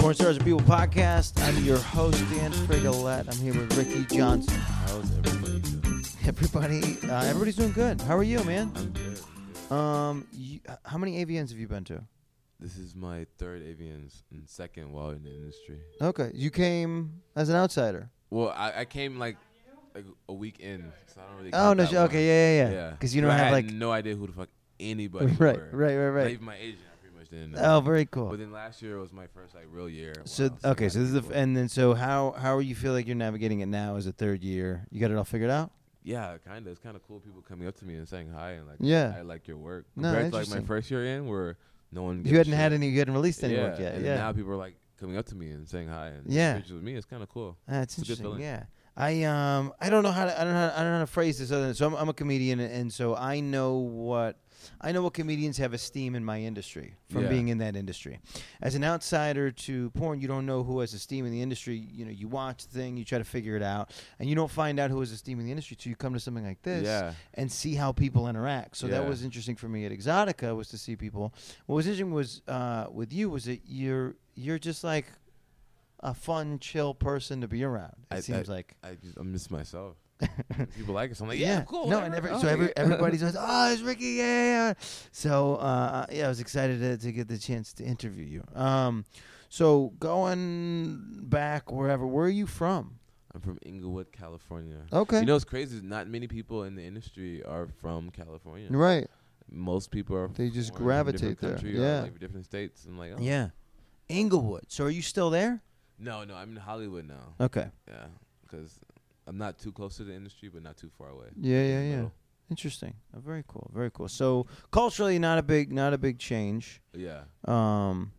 More Stars of People podcast. I'm your host, Dan Frigolette. I'm here with Ricky Johnson. How's everybody doing? Everybody, uh, everybody's doing good. How are you, man? I'm good. Um, you, h- how many AVNs have you been to? This is my third avians and second while in the industry. Okay, you came as an outsider. Well, I, I came like like a week in, so I don't really. Oh count no, that sh- okay, yeah, yeah, yeah. Because you don't I have had like no idea who the fuck anybody. right, were. right, right, Not right. even my agent, I pretty much didn't. Know. Oh, very cool. But then last year was my first like real year. So Wow, okay, like, so this is the f- people- and then so how how you feel like you're navigating it now as a third year? You got it all figured out? yeah, kind of. It's kind of cool. People coming up to me and saying hi and like, Yeah. I like your work. No, Compared to like my interesting. first year in, where no one. gives You a hadn't shit. had any, you hadn't released any yeah, work yet. And yeah, now people are like coming up to me and saying hi and Yeah. pictures with me. It's kind of cool. That's It's a interesting. good feeling. yeah. I um I don't know how to I don't know how to, I don't know how to phrase this other than so I'm, I'm a comedian and, and so I know what I know what comedians have esteem in my industry from Yeah. being in that industry. As an outsider to porn, you don't know who has esteem in the industry. You know, you watch the thing, you try to figure it out, and you don't find out who has esteem in the industry till you come to something like this Yeah. and see how people interact. So that Yeah. was interesting for me at Exotica was to see people. What was interesting was uh, with you was that you're you're just like a fun, chill person to be around. It I- seems like. I just I'm just myself. People like it, so I'm like, yeah, cool. No, and whatever. Oh, every, I'll so take every, it. everybody's always, oh, it's Ricky, yeah, yeah. yeah." So uh, yeah, I was excited to, to get the chance to interview you. Um, so going back wherever, where are you from? I'm from Inglewood, California. Okay, You know what's crazy? is Not many people in the industry are from California. right? Most people are. They just foreign from a gravitate different there. country Yeah. Or maybe different states. I'm like, oh. Yeah, Inglewood. So are you still there? No, no, I'm in Hollywood now. Okay. Yeah, because I'm not too close to the industry, but not too far away. Yeah, In yeah, the yeah. middle. Interesting. Oh, very cool. Very cool. So culturally, not a big, not a big change. Yeah. Um,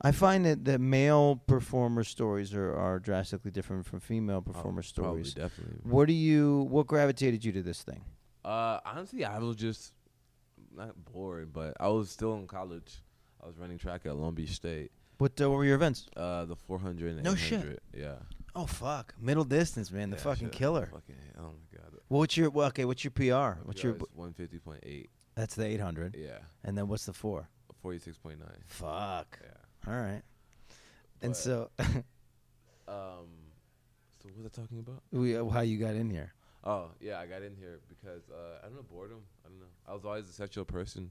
I find that that male performer stories are, are drastically different from female performer Probably, stories. definitely. What do you? What gravitated you to this thing? Uh, honestly, I was just not bored, but I was still in college. I was running track at Long Beach State. What, uh, what were your events? Uh, the 400 and No shit. 800. Yeah. Oh fuck, middle distance, man, the Yeah, fucking shit. killer. Fucking, oh my god. Well, what's your? Well, okay, what's your PR? My What's PR your? is 150.8? That's the eight hundred, Yeah. and then what's the four? 46.9. Fuck. Yeah. All right. And But, so, um, so what was I talking about? we, uh, how you got in here? Oh, yeah, I got in here because uh, I don't know boredom. I don't know. I was always a sexual person.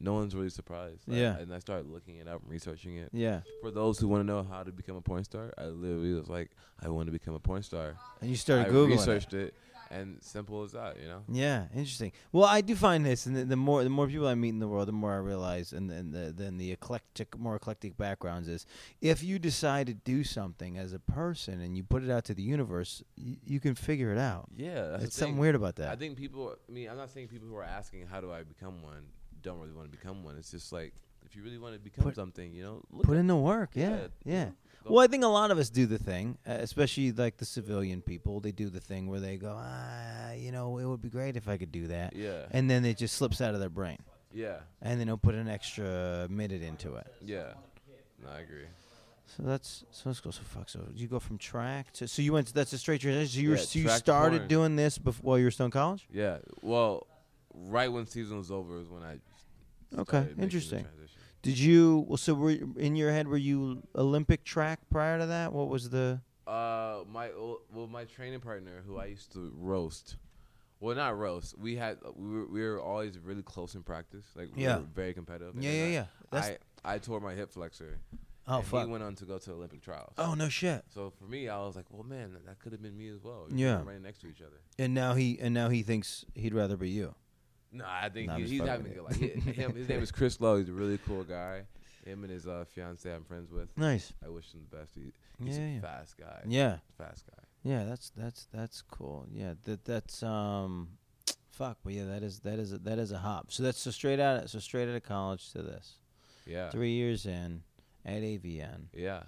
No one's really surprised. I- Yeah. and I started looking it up and researching it. Yeah, For those who want to know how to become a porn star, I literally was like, I want to become a porn star. and you started I googling. it. researched it. and simple as that, you know. Yeah, interesting. Well, I do find this, and the, the more the more people I meet in the world, the more I realize, and then the then the eclectic, more eclectic backgrounds is, if you decide to do something as a person and you put it out to the universe, you, you can figure it out. Yeah, that's the it's something thing. weird about I that. think people. I mean, I'm not saying people who are asking how do I become one don't really want to become one. It's just like if you really want to become Put- something, you know, look Put in the work. Yeah, you yeah. know, go- Well, I think a lot of us do the thing, uh, especially like the civilian people. They do the thing where they go, ah, you know, it would be great if I could do that, yeah, and then it just slips out of their brain, yeah, and then they'll put an extra minute into it. yeah. No, I agree. So that's so let's go so fuck. So you go from track to so you went that's a straight transition. So you were, Yeah, so you track to started porn. doing this before while you were still in college. Yeah. Well, right when season was over is when I. Okay, started making the interesting. transition. Did you? Well, so were you- in your head were you Olympic track prior to that? What was the? Uh, my ol- well, my training partner who I used to roast. Well, not roast. We had we were, we were always really close in practice. Like we Yeah. were very competitive. and Yeah, then yeah, I- yeah. That's- I I tore my hip flexor. Oh and fuck! He went on to go to Olympic trials. Oh no shit! So for me, I was like, well, man, that- that could have been me as well. Yeah. We're running next to each other. And now he and now he thinks he'd rather be you. No, I think Nah, I'm he, just he's fucking having with a good life. He- him, his name is Chris Lowe. He's a really cool guy. Him and his uh, fiance, I'm friends with. Nice. I wish him the best. He, Yeah, he's a yeah. fast guy. Yeah, Fast guy. yeah. That's that's that's cool. Yeah, that that's um, fuck. But yeah, that is that is a, that is a hop. So that's so straight out so straight out of college to this. Yeah. Three years in at AVN. Yeah.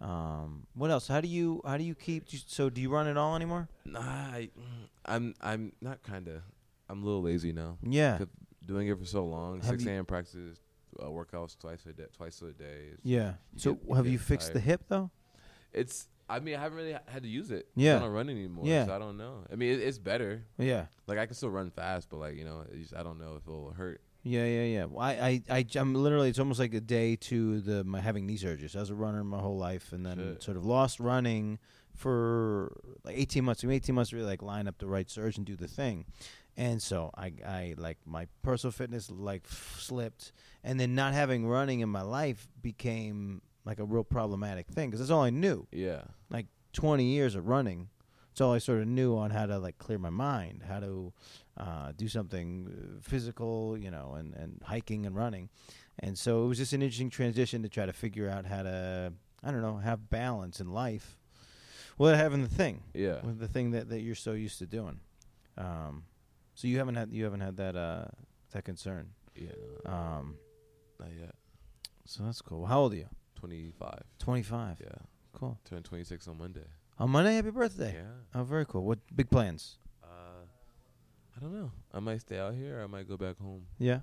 Um, what else? How do you how do you keep? do you- So do you run at all anymore? Nah, I, I'm I'm not kind of. I'm a little lazy now. Yeah, Could- Doing it for so long, Have 6 you- a.m. practices, uh, workouts twice a day, twice a day. It's, yeah. You So get- you have get you fixed the tired. hip though? it's. I mean, I haven't really had to use it. Yeah. I don't run anymore. Yeah. So I don't know. I mean, it, it's better. Yeah, Like I can still run fast, but like you know, it just, I don't know if it'll hurt Yeah, yeah, yeah. Well, I, I, I, I'm literally. It's almost like a day to the my having knee surgeries. I was a runner my whole life, and then Shit. sort of lost running for like 18 months. I mean, 18 months to really like line up the right surge and do the thing. And so I, I like my personal fitness like f- slipped, and then not having running in my life became like a real problematic thing because that's all I knew. Yeah. Like 20 years of running, it's all I sort of knew on how to like clear my mind, how to uh, do something uh, physical, you know, and, and hiking and running. And so it was just an interesting transition to try to figure out how to, I don't know, have balance in life without having the thing, Yeah. with the thing that, that you're so used to doing. Um, so you haven't had you haven't had that uh, that concern. Yeah. no, Um, Not yet. so that's cool. How old are you? 25. Twenty five. Yeah. Cool. Turn 26 on Monday. On Monday, happy birthday. Yeah. Oh, very cool. What big plans? Uh, I don't know. I might stay out here. Or I might go back home. Yeah.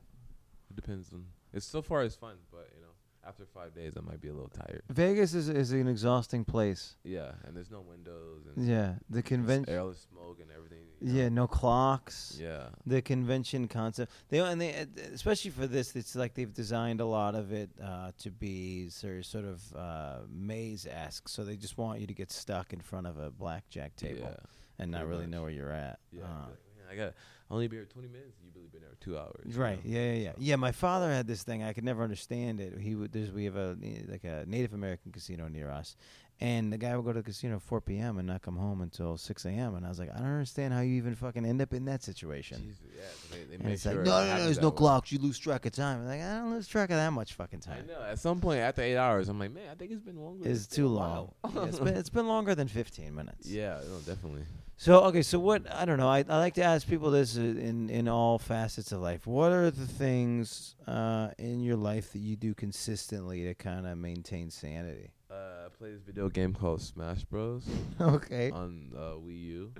It depends on. It's so far it's fun, but you know, after five days, I might be a little tired. Vegas is is an exhausting place. Yeah, and there's no windows and Yeah, the just convention. airless smoke and everything. you Yeah, know? no clocks. Yeah. The convention concept. They and they uh, especially for this, it's like they've designed a lot of it uh, to be sor- sort of uh, maze esque. So they just want you to get stuck in front of a blackjack table Yeah. and not pretty really much. know where you're at. Yeah. Uh, be like, "Man, I got I only be here 20 minutes. You've really been there two hours. you Right. know? Yeah, yeah, yeah. Yeah, my father had this thing. I could never understand it. He would there's we have a eh, like a Native American casino near us, and the guy would go to the casino at 4 p.m. and not come home until 6 a.m. And I was like, I don't understand how you even fucking end up in that situation. Jesus, yeah. 'cause They, they And make it's sure like, it no, no, no, happens there's that no way." clocks. You lose track of time. I'm like, I don't lose track of that much fucking I time. know. At some point after eight hours, I'm like, man, I think it's been longer. It's been too a long. while." Yeah, it's been it's been longer than 15 minutes. Yeah. No, definitely. So okay, so what I don't know. I, I like to ask people this uh, in in all facets of life. What are the things uh, in your life that you do consistently to kind of maintain sanity? Uh, I play this video game called Smash Bros. Okay. on uh, Wii U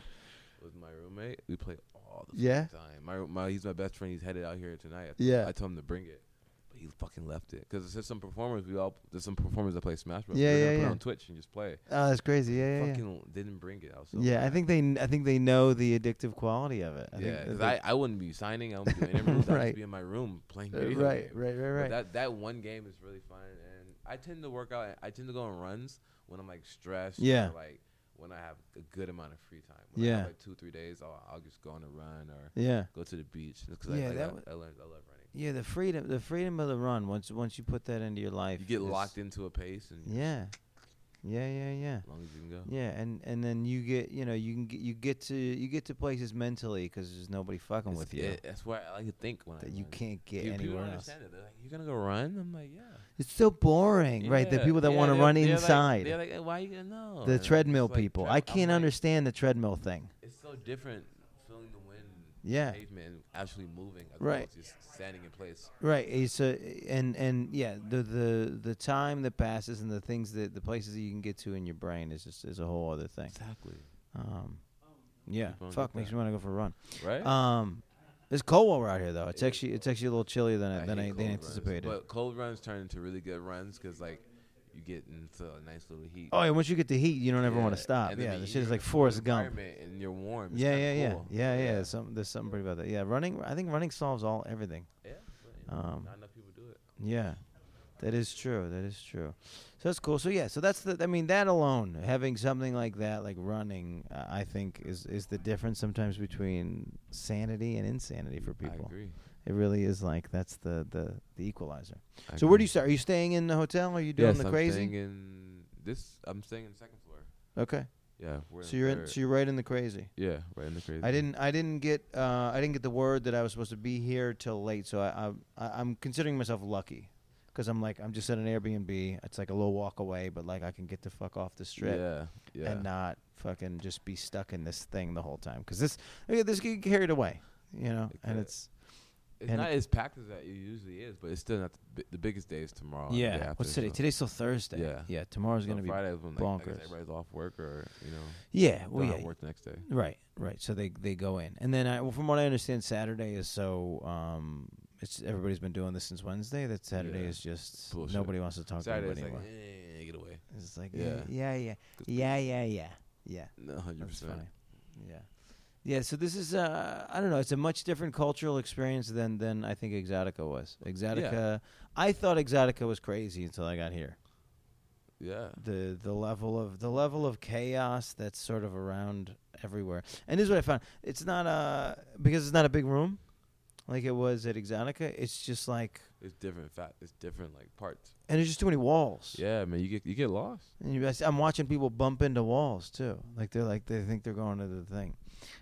with my roommate. We play all the Yeah? fucking time. My, my he's my best friend. He's headed out here tonight. I Yeah. I told him to bring it, but he fucking left it because there's some performers. We all there's some performers that play Smash Bros. Yeah, We're yeah, gonna put it yeah. on Twitch and just play. Oh, that's crazy. Yeah, yeah. Yeah. fucking didn't bring it. I was so Yeah, I mad. think they I think they know the addictive quality of it. I yeah, think 'cause that I, I wouldn't be signing. I wouldn't be doing interviews. I'd Right. just be in my room playing. they- Video Uh, right, games. right, But right, right. That that one game is really fun, and I tend to work out. I tend to go on runs when I'm like stressed. or, Yeah. like when I have a good amount of free time. When I Yeah. have, like two three days, I'll, I'll just go on a run or Yeah. go to the beach. Because Yeah, I, like, that I- wa- I, learned I love running. Yeah, the freedom the freedom of the run once once you put that into your life. You get is- locked into a pace, and Yeah. Yeah, yeah, yeah. as long as you can go. Yeah, and and then you get you know you can get you get to you get to places mentally because there's nobody fucking It's- with you it- that's why I like to think when I that you run. can't get Dude, people anywhere don't else. understand it. They're like, "You're gonna go run?" I'm like, "Yeah." It's so boring, right? The Yeah, people that yeah, want to they're- run they're like- inside, they're like, "Eh, "Why you gonna know?" And the it's treadmill like, people. tread- I I'm can't like, understand the treadmill thing. It's so different feeling the wind Yeah, pavement and actually moving as Right. opposed to just standing in place. right. It's a, and and yeah, the the the time that passes and the things that the places that you can get to in your brain is just is a whole other thing. Exactly. Um, yeah, Keep on fuck with makes that. me want to go for a run. Right? Um, it's cold while we're out here though. It's It is actually it's actually a little chillier than I, than hate I than cold anticipated. Runs. But cold runs turn into really good runs because, like, you get into a nice little heat. Oh yeah, once you get the heat, you don't ever want Yeah, to stop. and then Yeah, the the shit heat is like in a cold Forrest Gump. environment And you're warm. It's Yeah, yeah, kinda yeah, cool. yeah, yeah. Yeah. Some, there's something pretty about that. Yeah, running. I think running solves all everything. Yeah, but, you know, Um, not enough people do it. yeah, that is true. That is true. So that's cool. So yeah, so that's the. I mean, that alone, having something like that, like running, uh, I think is is the difference sometimes between sanity and insanity for I people. agree. It really is like that's the the the equalizer. I so where do agree. you start? Are you staying in the hotel? Are you doing yes, the I'm crazy? Staying in this, I'm staying in second floor. okay, Yeah. We're so you're in, third. so you're right in the crazy. yeah, right in the crazy. I didn't. I didn't get. Uh, I didn't get the word that I was supposed to be here till late. So I, I, I- I'm considering myself lucky, because I'm like I'm just at an Airbnb. It's like a little walk away, but like I can get the fuck off the strip Yeah. Yeah. and not fucking just be stuck in this thing the whole time. Because this, I mean, this could get carried away, you know. It and could. it's It's And- not as packed as that it usually is, but it's still not the, bi- the biggest day is tomorrow. and the day yeah. after, What's today? so- Today's still Thursday. Yeah. Yeah. Tomorrow's so gonna be. Friday is when like, I guess bonkers. everybody's off work or you know Yeah. don't Well, have yeah. work the next day. Right, right. So they they go in, and then I, well, from what I understand, Saturday is so um, it's everybody's been doing this since Wednesday. That Saturday Yeah. is just Bullshit. nobody wants to talk Saturday to is anybody like anymore. eh, get away. It's like eh, yeah, yeah, Yeah. yeah, 'Cause yeah, yeah, yeah, yeah. No, hundred That's percent. funny. Yeah, Yeah, so this is uh, I don't know. It's a much different cultural experience than than I think Exotica was. Exotica, I thought Exotica was crazy until I got here. Yeah. The the level of the level of chaos that's sort of around everywhere. And this is what I found. It's not a because it's not a big room, like it was at Exotica. It's just like It's different fat. It's different like parts. and there's just too many walls. Yeah, man. You get you get lost. And you, I see- I'm watching people bump into walls too. Like they're like they think they're going to the thing,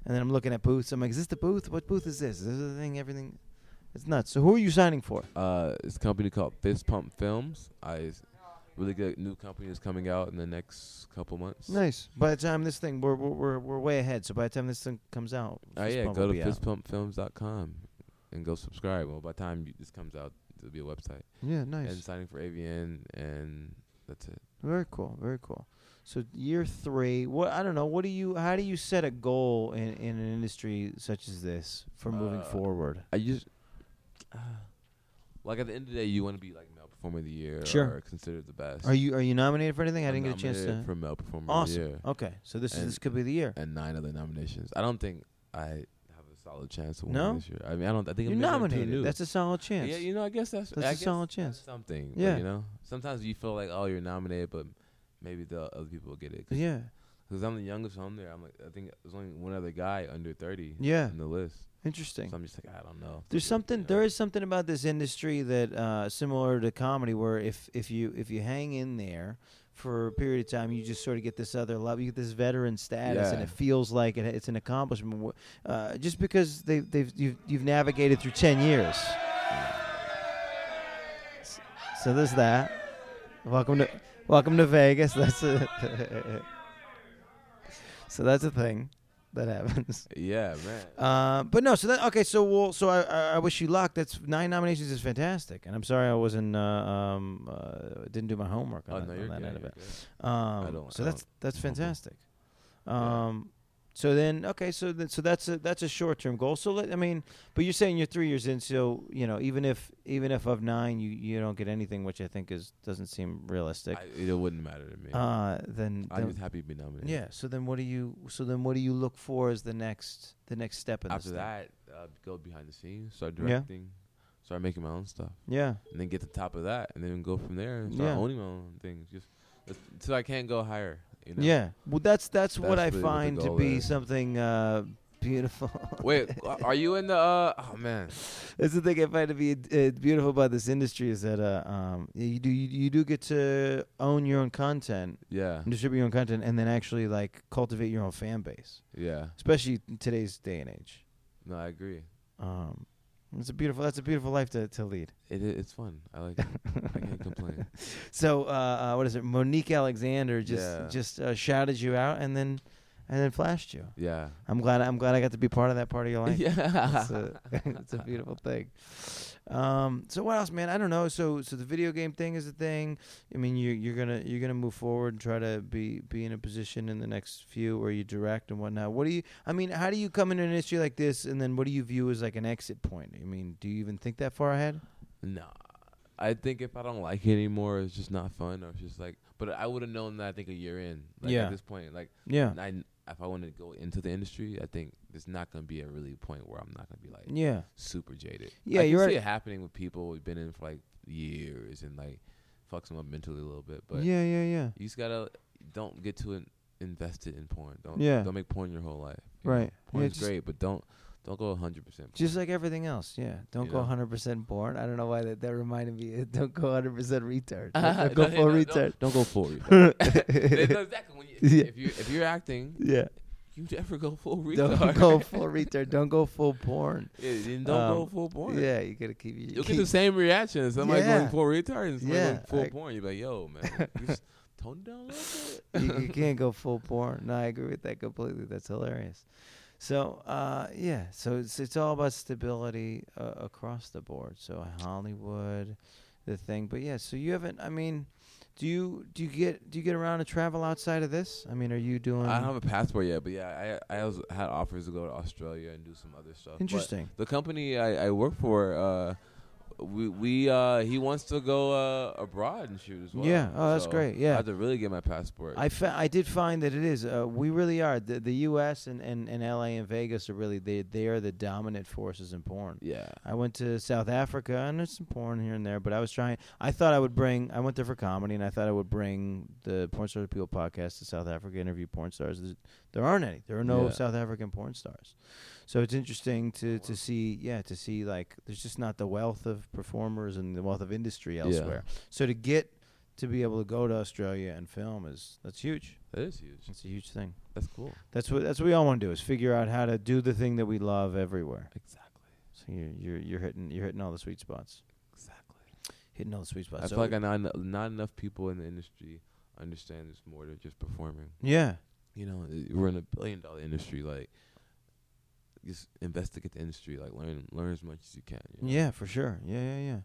and then I'm looking at booths. I'm like, is this the booth? What booth is this? Is this the thing? Everything, it's nuts. So who are you signing for? Uh, it's a company called Fist Pump Films. I it's really good new company is coming out in the next couple months. Nice. By the time this thing, we're we're we're, we're way ahead. So by the time this thing comes out, Oh Fist yeah, Bump go will to be out. fistpumpfilms.com and go subscribe. Well, by the time you, this comes out, there'll be a website Yeah, nice. and signing for AVN, and that's it. Very cool. Very cool. So year three. What I don't know. What do you? How do you set a goal in in an industry such as this for moving Uh, forward? I just Uh. like at the end of the day, you want to be like male performer of the year Sure. or considered the best. Are you are you nominated for anything? I I'm didn't get a chance nominated to. for male performer Awesome. of the year Okay, so this is And- this could be the year. and nine other nominations. I don't think I have a solid chance to win No? this year. I mean, I don't. I think You're I'm negative two nominated. new. That's a solid chance. Yeah, you know, I guess that's That's I a guess solid that's chance. Something. Yeah. Yeah. You know, sometimes you feel like oh you're nominated, but maybe the other people will get it. Cause, yeah. 'cause I'm the youngest on there. I'm like I think there's only one other guy under 30. Yeah. In the list, Interesting. so I'm just like I don't know. There's You something. know? There is something about this industry that uh, similar to comedy, where if if you if you hang in there for a period of time, you just sort of get this other level. You get this veteran status, and Yeah. it feels like it, it's an accomplishment. Wh- Uh, just because they they've you've, you've navigated through ten years. S- So there's that. Welcome to welcome to Vegas. That's a so that's a thing that happens. Yeah, man. Uh, but no, so that okay. So we'll, so I, I, I wish you luck. That's nine nominations is fantastic, and I'm sorry I wasn't uh, um, uh, didn't do my homework oh on, no, that- you're on that good. end of you're it. good. Um, I don't- so I that's that's don't- fantastic. Yeah. Um, so then okay, so then, so that's a that's a short term goal. So let, I mean, but you're saying you're three years in, so you know even if even if of nine you you don't get anything, which I think is doesn't seem realistic. I, it wouldn't matter to me. uh, then, I'm then just happy to be nominated. yeah. So then what do you so then what do you look for as the next the next step in After this? thing? that, uh, go behind the scenes, start Yeah. directing, start making my own stuff, yeah. and then get to the top of that, and then go from there and start Yeah. owning my own things. Just so I can't go higher. You know? Yeah. Well, that's that's, what That's I really what the find to goal be is. something uh, beautiful. Wait, are you in the? Uh, oh man, that's the thing I find to be uh, beautiful about this industry is that uh, um, you do you, you do get to own your own content, yeah, and distribute your own content, and then actually like cultivate your own fan base, yeah. especially in today's day and age. No, I agree. Um, it's a beautiful. That's a beautiful life to, to lead. It, it it's fun. I like. it. I can't complain. So uh, uh, what is it? Monique Alexander just Yeah. just uh, shouted you out, and then and then flashed you. Yeah. I'm glad. I'm glad I got to be part of that part of your life. Yeah. it's uh, a, it's a beautiful thing. Um, so what else, man? I don't know. So so the video game thing is a thing. I mean, you you're gonna you're gonna move forward and try to be be in a position in the next few where you direct and whatnot. What do you? I mean, how do you come into an issue like this, and then what do you view as like an exit point? I mean, do you even think that far ahead? Nah. I think if I don't like it anymore, it's just not fun, or it's just like. But I would have known that. I think a year in, like Yeah. at this point, like Yeah, I, if I want to go into the industry, I think there's not gonna be a really point where I'm not gonna be like yeah, super jaded. Yeah, I can you're see right. it happening with people who've been in for like years and like fucks them up mentally a little bit. But yeah, yeah, yeah. you just gotta don't get too in, invested in porn. Don't Yeah. don't make porn your whole life. you Right. Yeah, Porn's just- great, but don't don't go hundred percent. Just like everything else, yeah. Don't You go know? 100% born. I don't know why that, that reminded me. Don't go 100% retard. Uh-huh. Don't go full retard. Don't, go full retard. They know exactly when you, Yeah. if you if you're acting, yeah. you never go full retard. Don't go full retard. Don't go full porn. Yeah, then don't go Um, full porn. Yeah, you gotta keep You'll your. get the Keep, same reaction as somebody Yeah. going full retard and somebody Yeah, going full I- porn. You're like, yo, man, you just tone it down a little bit. you, you can't go full porn. No, I agree with that completely. That's hilarious. So, uh, yeah. So it's it's all about stability uh, across the board. So Hollywood, the thing. But yeah. So you haven't. I mean, do you do you get do you get around to travel outside of this? I mean, are you doing? I don't have a passport yet, but yeah, I I also had offers to go to Australia and do some other stuff. but interesting. the company I, I work for, uh, we we uh he wants to go uh abroad and shoot as well. Yeah. Oh, that's So great. Yeah. I have to really get my passport. I, fa- I did find that it is. Uh, we really are. The, the U.S. And, and, and L.A. and Vegas are really they they are the dominant forces in porn. yeah. I went to South Africa and there's some porn here and there, but I was trying. I thought I would bring. I went there for comedy, and I thought I would bring the Porn Stars Appeal podcast to South Africa, interview porn stars. There's- There aren't any. There are no Yeah. South African porn stars, so it's interesting to to see. Yeah, to see like there's just not the wealth of performers and the wealth of industry elsewhere. So to get to be able to go to Australia and film is that's huge. That is huge. That's a huge thing. That's cool. That's what that's what we all want to do is figure out how to do the thing that we love everywhere. Exactly. So you're you're you're hitting you're hitting all the sweet spots. Exactly. Hitting all the sweet spots. I So- feel like I not not enough people in the industry understand it's more than just performing. yeah, You know, i- we're in a billion dollar industry. Like, just investigate the industry. Like, learn learn as much as you can. You know? yeah, for sure. Yeah, yeah, yeah.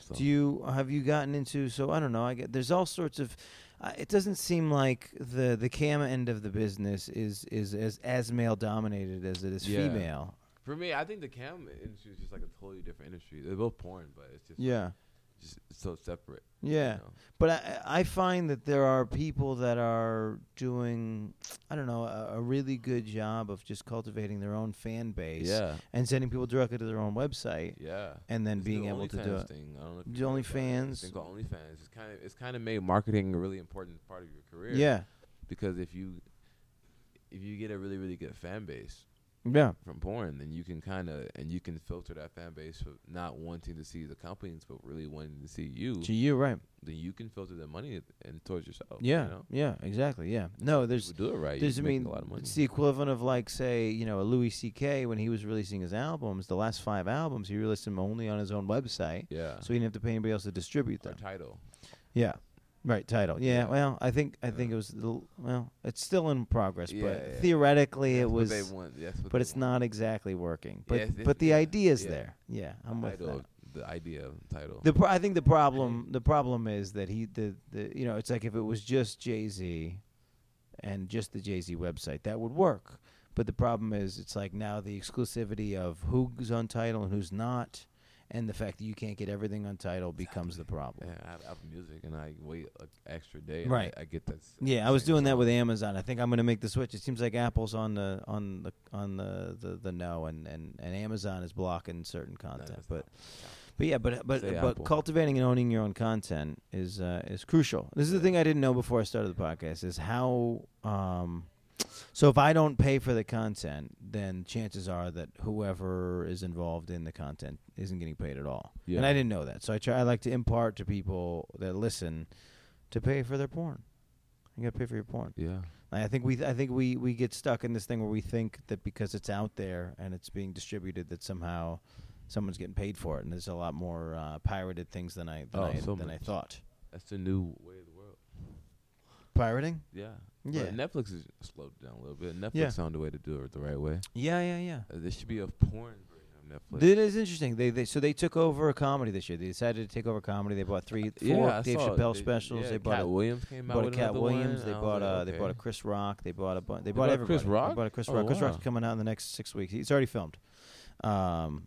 So, Do you have you gotten into? So I don't know. I get there's all sorts of. Uh, it doesn't seem like the the cam end of the business is is as as male dominated as it is Yeah. female. for me, I think the cam industry is just like a totally different industry. They're both porn, but it's just Yeah, just so separate. yeah. You know? But I, I find that there are people that are doing, I don't know, a, a really good job of just cultivating their own fan base Yeah. and sending people directly to their own website Yeah. and then It's being the able to do OnlyFans it. Thing. I don't know if The you know about it. OnlyFans. I think of OnlyFans. It's kind of it's kind of made marketing a really important part of your career. Yeah, Because if you if you get a really really good fan base yeah, from porn, then you can kind of and you can filter that fan base for not wanting to see the companies, but really wanting to see you. to you, right? Then you can filter the money and towards yourself. Yeah, You know? yeah, exactly. Yeah, no, there's If you do it right. There's, I you're making mean, a lot of money. it's the equivalent of like, say, you know, a Louis C.K. when he was releasing his albums, the last five albums, he released them only on his own website, yeah. so he didn't have to pay anybody else to distribute Or them. title. yeah, right. Title. Yeah. Yeah. Well, I think I think Yeah. it was. The, well, it's still in progress, Yeah, but yeah. theoretically That's it what was. They want. That's what But they it's want. not exactly working. But Yeah, it's- but the yeah, idea is yeah. there. Yeah, I'm the with title, that. The idea of the title. The pro- I think the problem the problem is that he the, the you know it's like if it was just Jay Z, and just the Jay Z website that would work. But the problem is it's like now the exclusivity of who's on title and who's not, and the fact that you can't get everything on title becomes the problem. Yeah, I have Apple Music, and I wait an extra day. and Right. I, I get that. s- Yeah, I was same doing that song. with Amazon. I think I'm going to make the switch. It seems like Apple's on the on the on the the, the no, and, and and Amazon is blocking certain No, content. that's but not- but yeah, but but Say but Apple. cultivating and owning your own content is uh, is crucial. This is the Yeah. thing I didn't know before I started the podcast is how. Um, so if I don't pay for the content, then chances are that whoever is involved in the content isn't getting paid at all. Yeah. And I didn't know that, so I try. I like to impart to people that listen to pay for their porn. You got to pay for your porn. Yeah. I think we I think we we get stuck in this thing where we think that because it's out there and it's being distributed that somehow someone's getting paid for it and there's a lot more uh, pirated things than I than, Oh, I, so than I much. thought. That's the new way of the world. Pirating? Yeah. Yeah. But Netflix has slowed down a little bit. Netflix Yeah. found a way to do it the right way. Yeah, yeah, yeah. Uh, there should be a porn version of Netflix. It is interesting. They, they so they took over comedy this year. They decided to take over comedy. They bought three, four yeah, I Dave saw it. Chappelle They- specials. yeah, they bought Cat a, Williams came out bought a with Cat another Williams. one. They I was bought like, a they bought a okay. Chris Rock. They bought a bu- they, They bought, bought everybody. Chris They Rock? bought a Chris Oh, Rock. Chris wow. Rock's coming out in the next six weeks. He's already filmed, um,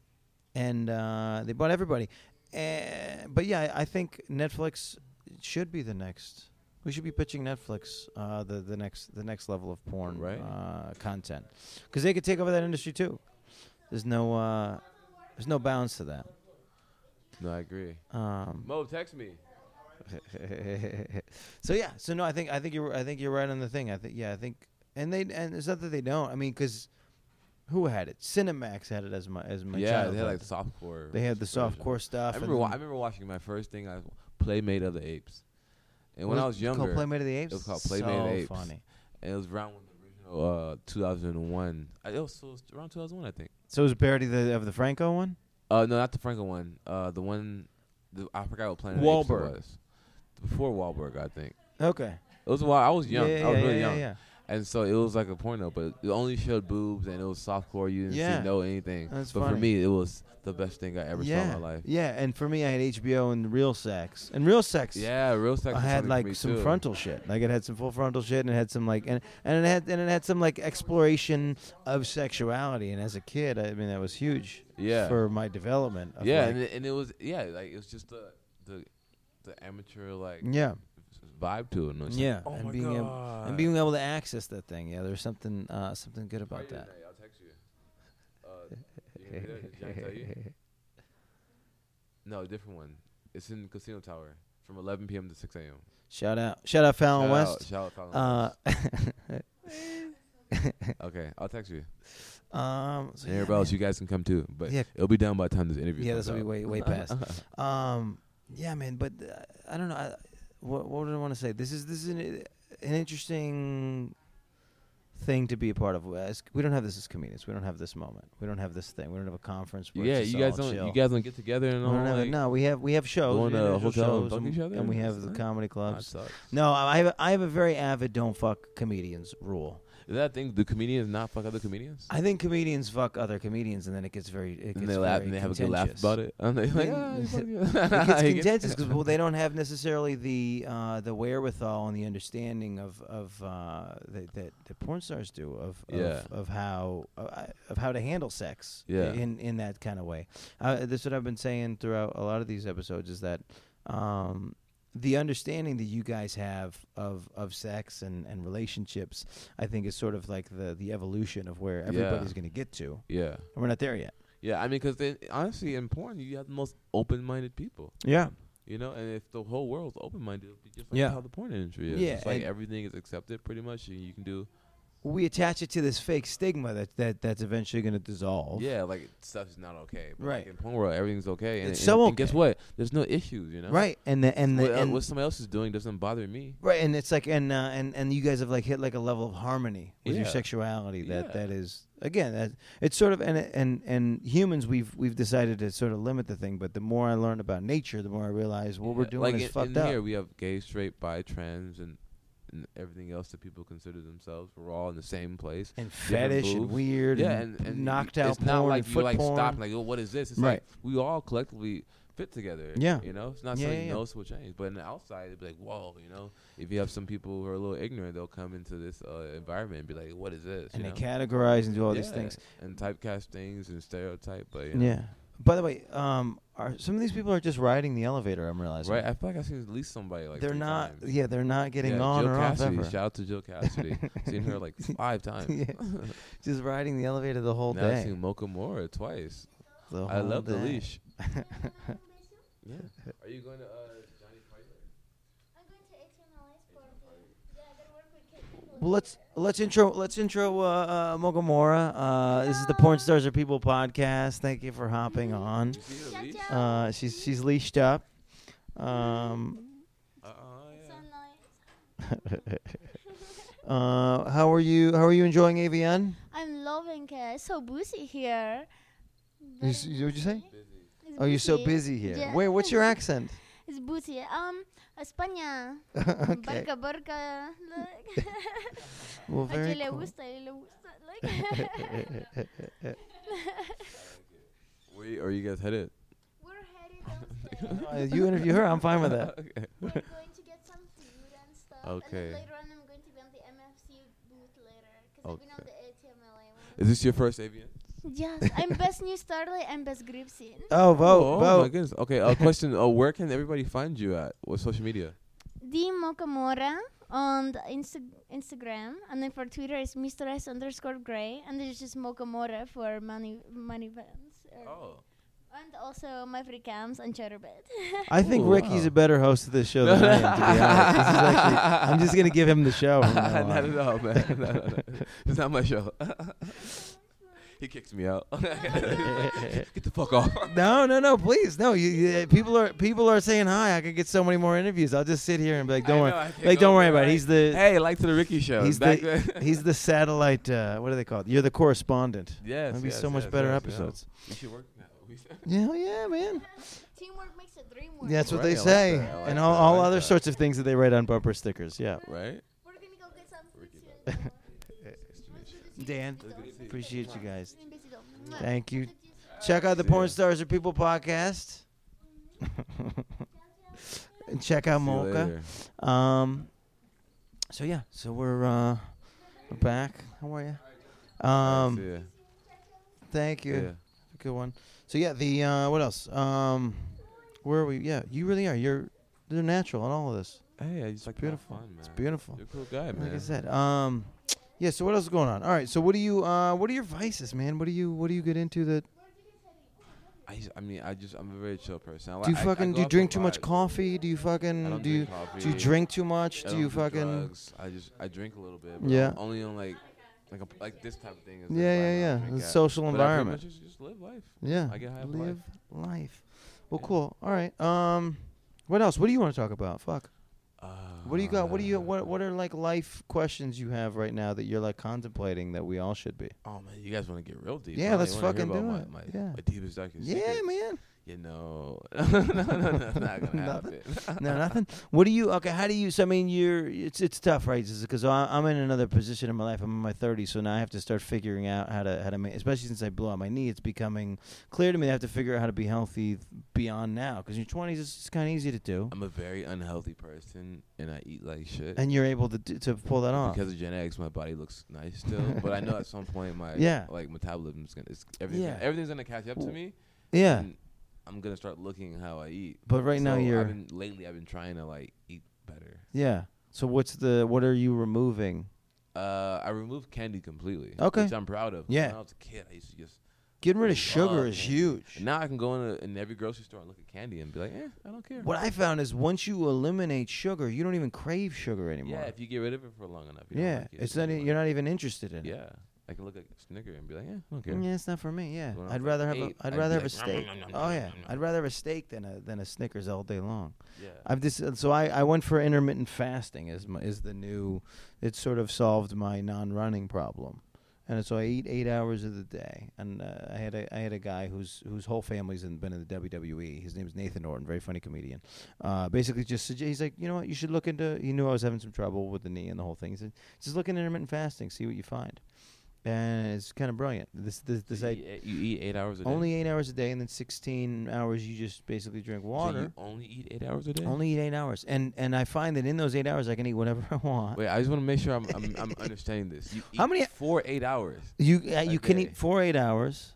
and uh, they bought everybody. Eh, but yeah, I, I think Netflix should be the next. We should be pitching Netflix uh, the the next the next level of porn Right. uh, content because they could take over that industry too. There's no uh, there's no balance to that. No, I agree. Um, Mo, text me. so yeah, so no, I think I think you're I think you're right on the thing. I think yeah, I think and they and it's not that they don't. I mean, because who had it? Cinemax had it as my as my yeah, childhood. they had like softcore. They had the version. soft core I stuff. remember. and Wa- I remember watching my first thing. I was Playmate of the Apes, and when I was it younger, called Playmate of the Apes. was called Playmate of the Apes. So funny. And it was around when the original uh 2001. I, uh, it was so it was around 2001, I think. So it was a parody of the, of the Franco one. Uh no, not the Franco one. Uh the one the I forgot what planet of the Apes it Wahlberg. was. Before Wahlberg, I think. Okay. It was while I was young. Yeah, I was yeah, really yeah, young. Yeah, And so it was like a porno, but it only showed boobs and it was softcore. You didn't Yeah. see no anything. That's but for funny. me, it was the best thing I ever yeah, saw in my life. yeah. And for me, I had HBO and Real Sex, and Real Sex. Yeah, real sex. I was had something for me like some too. frontal shit. Like it had some full frontal shit, and it had some like and and it had and it had some like exploration of sexuality. And as a kid, I mean, that was huge. Yeah. For my development. Of Yeah, like- and it, and it was yeah, like it was just the the the amateur like yeah. vibe to it. And it was Yeah, like, oh and my being god, able- And being able to access that thing. Yeah. There's something uh, something good about that. I'll text you. Uh, you gonna be there? Did John tell you? No, a different one. It's in Casino Tower from 11 p.m. to 6 a.m. Shout out. Shout out Fallon Shout West. Out, shout out Colin Uh, West. Okay, I'll text you. um, so And yeah, everybody else, man. you guys can come too. But Yeah. it'll be done by the time this interview. yeah, comes this will be out. way way past. um, yeah, man. But uh, I don't know. I, what what did I want to say? This is this is an, an interesting thing to be a part of. As, we don't have this as comedians. We don't have this moment. We don't have this thing. We don't have a conference. Where Yeah, it's just you guys all don't. chill. You guys don't get together and We all. don't have it. like, no, we have we have shows, go in a individual hotel and shows, fuck and, each other and we and have that's the it? comedy that clubs. sucks. No, I have a, I have a very avid don't fuck comedians rule. Is that thing? Do comedians not fuck other comedians? I think comedians fuck other comedians, and then it gets very it gets and they laugh very and they have a good laugh contentious. about it. And they like, Yeah. "Ah, you It fucking- You gets get- contentious because well, they don't have necessarily the uh, the wherewithal and the understanding of of uh, that, that that porn stars do of of, Yeah. of how uh, of how to handle sex Yeah. in in that kind of way. Uh, this is what I've been saying throughout a lot of these episodes is that. Um, the understanding that you guys have of, of sex and, and relationships, I think, is sort of like the, the evolution of where everybody's going to get to. Yeah, And we're not there yet. yeah. I mean, because honestly, in porn, you have the most open-minded people. Yeah. You know, and if the whole world's open-minded, it'll be just like Yeah. how the porn industry is. Yeah, it's like and- everything is accepted pretty much, and you can do. we attach it to this fake stigma that, that that's eventually going to dissolve. Yeah, like stuff's not okay. But Right. Like, in porn world, everything's okay. And, It's and- so and guess okay. what? There's no issues. You know. Right. And the, and the, What, el- and, what somebody else is doing doesn't bother me. right. And it's like and uh, and and you guys have like hit like a level of harmony with your Yeah. sexuality that Yeah. that is again that it's sort of and and and humans we've we've decided to sort of limit the thing. But the more I learn about nature, the more I realize what we're Yeah, doing like is in, fucked in up. Here we have gay, straight, bi, trans, and and everything else that people consider themselves. We're all in the same place. and different fetish and moves. weird yeah, and, and, and knocked you- out It's porn not like and you foot like porn. stop like, oh, what is this? It's Right. like we all collectively fit together. Yeah. you know, it's not Yeah, something yeah, yeah. noticeable change. But on the outside, it'd be like, whoa, you know. If you have some people who are a little ignorant, they'll come into this uh, environment and be like, what is this? and you they know? categorize and do all these Yeah, things. and typecast things and stereotype. But you know. Yeah. By the way, um, are some of these people are just riding the elevator? I'm realizing. right, I feel like I've seen at least somebody like they're three not. times. Yeah, they're not getting on Jill or Cassidy. off ever. Shout out to Jill Cassidy. seen her like five times. Yeah. Just riding the elevator the whole now I've day. seen Mocha Mora twice. The I whole love the day. leash. Uh, yeah. Are you going to uh, Johnny Party? Well, let's let's intro let's intro uh, uh, Mogamora. Uh, this is the Porn Stars Are People podcast. Thank you for hopping on. You see her leash? Uh, she's she's leashed up. Um, Uh, oh, yeah. uh, how are you? How are you enjoying AVN? I'm loving it. It's so busy here. You, Very- s- you- what'd you say? It's Oh, you're so busy here. Yeah. Where? What's your accent? It's busy. Um, España. okay. Barca, barca. Like, Well, a quien very le cool. gusta, y le gusta. Like, Where you- are you guys headed? we're headed downstairs. Uh, you interview her. I'm fine with that. okay. we're going to get some food and stuff. Okay. And then later on, I'm going to be on the MFC booth later. Because I've been on Okay. the ATMLA one. Is this your first avian? Yes, I'm best new starlet and best grip scene. Oh, vote, oh my vote. goodness. Okay, uh, question. Uh, where can everybody find you at? What social media? The Mokamora on the Insta- Instagram, and then for Twitter it's Mr. S underscore Gray, and there's just Mokamora for money money bands. or- Oh. And also my free cams and Chatterbait. I think Ooh, Ricky's wow. a better host of this show than I am. To be honest, This is actually, I'm just gonna give him the show. from now Not on. at all, man. No, no, no. It's not my show. he kicks me out. Get the fuck off. No, no, no, please, no. You, you, uh, people are people are saying hi. I could get so many more interviews. I'll just sit here and be like, don't I worry, know, I take like don't worry over, about it. He's like, the Hey, like to the Ricky show. he's Back the then- he's the satellite. Uh, what do they call it? You're the correspondent. yes, That'd be yes, so much yes, better yes, yes. episodes. We should work now. We- Yeah, oh, yeah, man. Teamwork makes a dream work. Yeah, that's what Right, they I like say, that, I like and that, all, I all like other that. sorts of things that they write on bumper stickers. Yeah. right? We're gonna go get some food soon. Dan, Look at this. appreciate you guys. Un besito. Thank you. Check out the Porn Stars Are People podcast. and check out See you Mocha. later. Um, so yeah, so we're uh, we're back. How are you? Um, See ya. thank you. See ya. Good one. So yeah, the uh, what else? Um, where are we? Yeah, you really are. You're you're natural in all of this. Hey, I just like to have beautiful. fun, man. It's beautiful. You're a cool guy, man. Like I said. Um, yeah. So what else is going on? All right. So what do you? Uh, what are your vices, man? What do you? What do you get into that? I, just- I mean, I just I'm a very chill person. I, Do you I- I fucking? go do you off drink the too much vibe. coffee? Do you I fucking? don't Do you? drink coffee. Do you drink too much? I Do don't you do fucking? drugs. I just I drink a little bit. But Yeah. yeah. Only on like like a, like this type of thing. Is the Yeah, yeah, environment I yeah. drink It's at. social But I pretty environment. much Just, just live life. Yeah. I get high off life. Live life. Well, Yeah. cool. All right. Um, what else? What do you want to talk about? Fuck. Uh, What do you got? What do you? What What are like life questions you have right now that you're like contemplating that we all should be? Oh man, you guys want to get real deep? Yeah, huh? You let's wanna hear fucking about do my, it. My, Yeah. my deepest darkest. Yeah, secrets? man. You know, no, no, no, not gonna Nothing. happen. No, nothing. What do you? Okay, how do you? So I mean, you're. It's it's tough, right? Because I'm in another position in my life. I'm in my 30s, so now I have to start figuring out how to how to make. Especially since I blew out my knee, it's becoming clear to me. That I have to figure out how to be healthy beyond now. Because in your 20s, it's, it's kind of easy to do, I'm a very unhealthy person, and I eat like shit. and you're able to do, to pull that off. because of genetics, my body looks nice still, but I know at some point my Yeah. like metabolism's gonna it's, everything's, Yeah. gonna, everything's gonna catch up to W- me. yeah, and I'm gonna start looking how I eat. but right now So you're. I've been, lately I've been trying to like eat better. yeah. So what's the? What are you removing? Uh, I removed candy completely. Okay. which I'm proud of. Yeah. When I was a kid, I used to just Getting rid of Oh, sugar is okay. huge. and now I can go in, a, in every grocery store and look at candy and be like, eh, I don't care. What I found is once you eliminate sugar, you don't even crave sugar anymore. Yeah, if you get rid of it for long enough. You Yeah, don't like it, it's you not. don't e- like You're not even interested in it. it. Yeah, I can look at Snicker and be like, eh, I don't care. Mm, Yeah, it's not for me. Yeah, When I I'd was rather have like a. eight, I'd I'd be rather have like, a steak. "Nom, nom, nom, Oh nom, yeah, nom, nom." I'd rather have a steak than a than a Snickers all day long. Yeah. I've just so I, I went for intermittent fasting is my, is the new. It sort of solved my non running problem, and so I eat eight hours of the day. And uh, I had a I had a guy whose whose whole family's in, been in the WWE. His name is Nathan Orton, very funny comedian. Uh, basically, just sugge- he's like, you know what, you should look into. He knew I was having some trouble with the knee and the whole thing. He said, just look into intermittent fasting, see what you find. And it's kind of brilliant. This this this you, I, eat, you eat eight hours a day. only eight hours a day, and then sixteen hours you just basically drink So water. you only eat eight hours a day. Only eat eight hours, and and I find that in those eight hours I can eat whatever I want. Wait, I just want to make sure I'm I'm, I'm understanding this. You eat How many- four eight hours? You uh, you can Okay. eat four eight hours.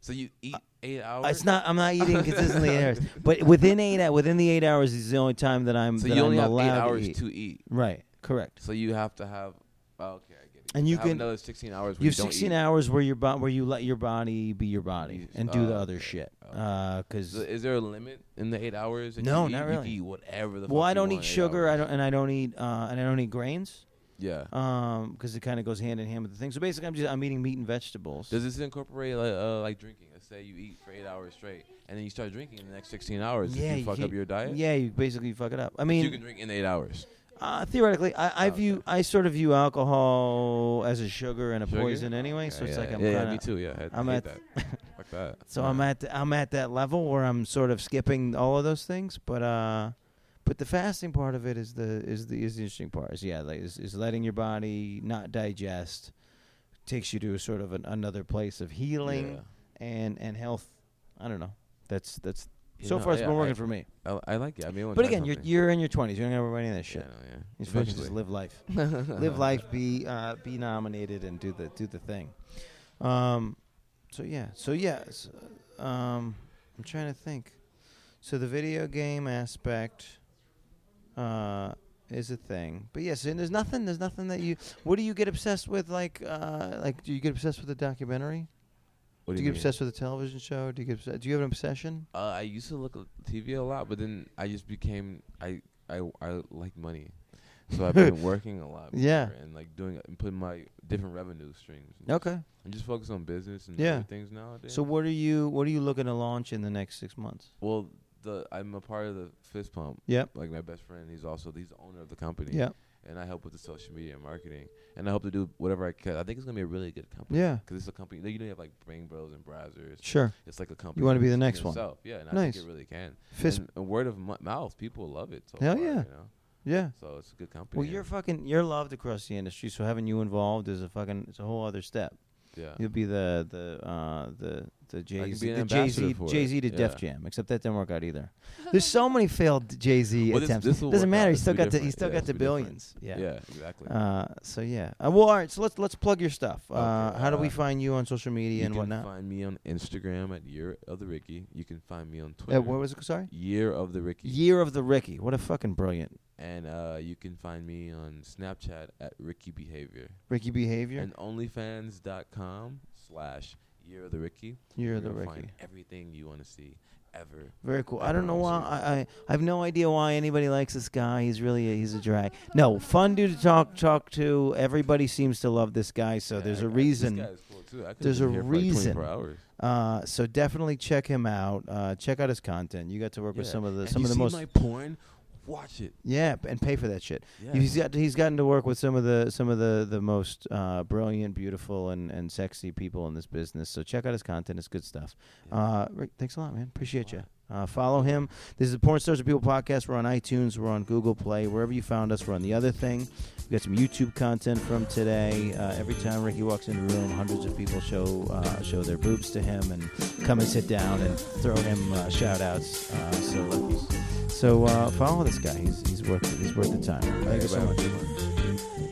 So you eat eight hours. Uh, It's not I'm not eating consistently eight hours, but within eight hou- within the eight hours is the only time that I'm So that you only I'm have eight allowed hours to eat. to eat. Right, correct. So you have to have. Oh, okay, I get it. And you have can- another sixteen hours. Where You have don't 16 eat. hours where your bo- where you let your body be your You body just- and do the oh, other okay, shit. Uh, okay. Because So is there a limit in the eight hours? that No, you not eat? You really. can eat whatever the. well, fuck I you don't want eat in eight sugar. I hours. don't and I don't eat uh, and I don't eat grains. Yeah. Um, because it kind of goes hand in hand with the thing. So basically, I'm just I'm eating meat and vegetables. Does this incorporate like uh, like drinking? Let's say you eat for eight hours straight, and then you start drinking in the next sixteen hours. if you fuck can't- up your diet. Yeah, you basically fuck it up. I But mean, you can drink in eight hours. Uh, theoretically, I, I Oh, view okay. I sort of view alcohol as a sugar and a Sugar? poison anyway. so Yeah, it's yeah, like I'm yeah, yeah, kinda, me too. Yeah, I, I'm hate at- that. Fuck that. so Yeah. I'm at the, I'm at that level where I'm sort of skipping all of those things. But uh, but the fasting part of it is the is the is the interesting part. Is yeah, like is, is letting your body not digest takes you to a sort of an, another place of healing Yeah. and and health. I don't know. That's that's You so know, far it's yeah, been working I- for me. I, I like it. I mean, I wanna But try again, you're something. you're in your 20s. You're not gonna remember any of that Yeah, shit. no, yeah. You just fucking just Eventually. live life. live life, be uh, be nominated, and do the do the thing. Um, so yeah, so yeah, s um, I'm trying to think. So the video game aspect uh, is a thing, but yes, and there's nothing. There's nothing that you. What do you get obsessed with? Like, uh, like, do you get obsessed with the documentary? What do you, get obsessed with a television show? Do you get obsessed? Do you have an obsession? Uh, I used to look at TV a lot, but then I just became I I I like money, so I've been working a lot. more Yeah. and like doing and putting my different revenue streams. And Okay. I'm just focused on business and Yeah. other things nowadays. So what are you? What are you looking to launch in the next six months? well, the I'm a part of the fist pump. Yep. Like my best friend, he's also he's the owner of the company. Yeah. and I help with the social media and marketing, and I hope to do whatever I can. I think it's gonna be a really good company. Yeah. because it's a company. You know, you have like Brain Bros and Browsers. Sure. It's like a company. wanna be the in next one. itself. Yeah, and I Nice. think it really can. Fist and, and word of mu- mouth, people love it. So Hell far, yeah. you know? Yeah. So it's a good company. Well, and- you're fucking you're loved across the industry, so having you involved is a fucking it's a whole other step. yeah. You'll be the the uh, the the Jay be Z an the Jay Z ambassador for it. Jay Z to Yeah. Def Jam, except that didn't work out either. There's so many failed Jay Z Well, this- attempts. this will Doesn't work matter. He out. This still will be got the different. he still Yeah, got this the will be different. billions. yeah. Yeah. exactly. Uh, so yeah. Uh, well, all right. So let's let's plug your stuff. Uh, Okay, how do we uh, find you on social media E you and can whatnot? find me on Instagram at Year of the Ricky. You can find me on Twitter. Uh, what was it? Sorry. Year of the Ricky. Year of the Ricky. What a fucking brilliant And uh, you can find me on Snapchat at Ricky Behavior. Ricky behavior. And OnlyFans.com slash Year of the Ricky. Year of the You're gonna Ricky. Find everything you want to see ever. Very cool. I I don't know why. promise I, I I have no idea why anybody likes this guy. He's really a, he's a drag. No, fun dude to talk talk to. Everybody seems to love this guy. So Yeah, there's I- a I- this reason. guy is cool too. I could've there's been a here for like reason. 24 hours. Uh, so definitely check him out. Uh, check out his content. You got to work with Yeah. some of the And some you of the see most my porn. Watch it. yeah, and pay for that shit. Yeah. He's got he's gotten to work with some of the some of the the most uh, brilliant, beautiful, and and sexy people in this business. So check out his content; it's good stuff. Yeah. Uh, Rick, thanks a lot, man. Appreciate you. Alright. Uh, follow him. This is the Porn Stars of People podcast. We're on iTunes. We're on Google Play. Wherever you found us, we're on the other thing. We got some YouTube content from today. Uh, every time Ricky walks into a room, hundreds of people show uh, show their boobs to him and come and sit down and throw him uh, shout outs. Uh, so so uh, follow this guy. He's he's worth it. he's worth the time. Thank you so much. Everybody.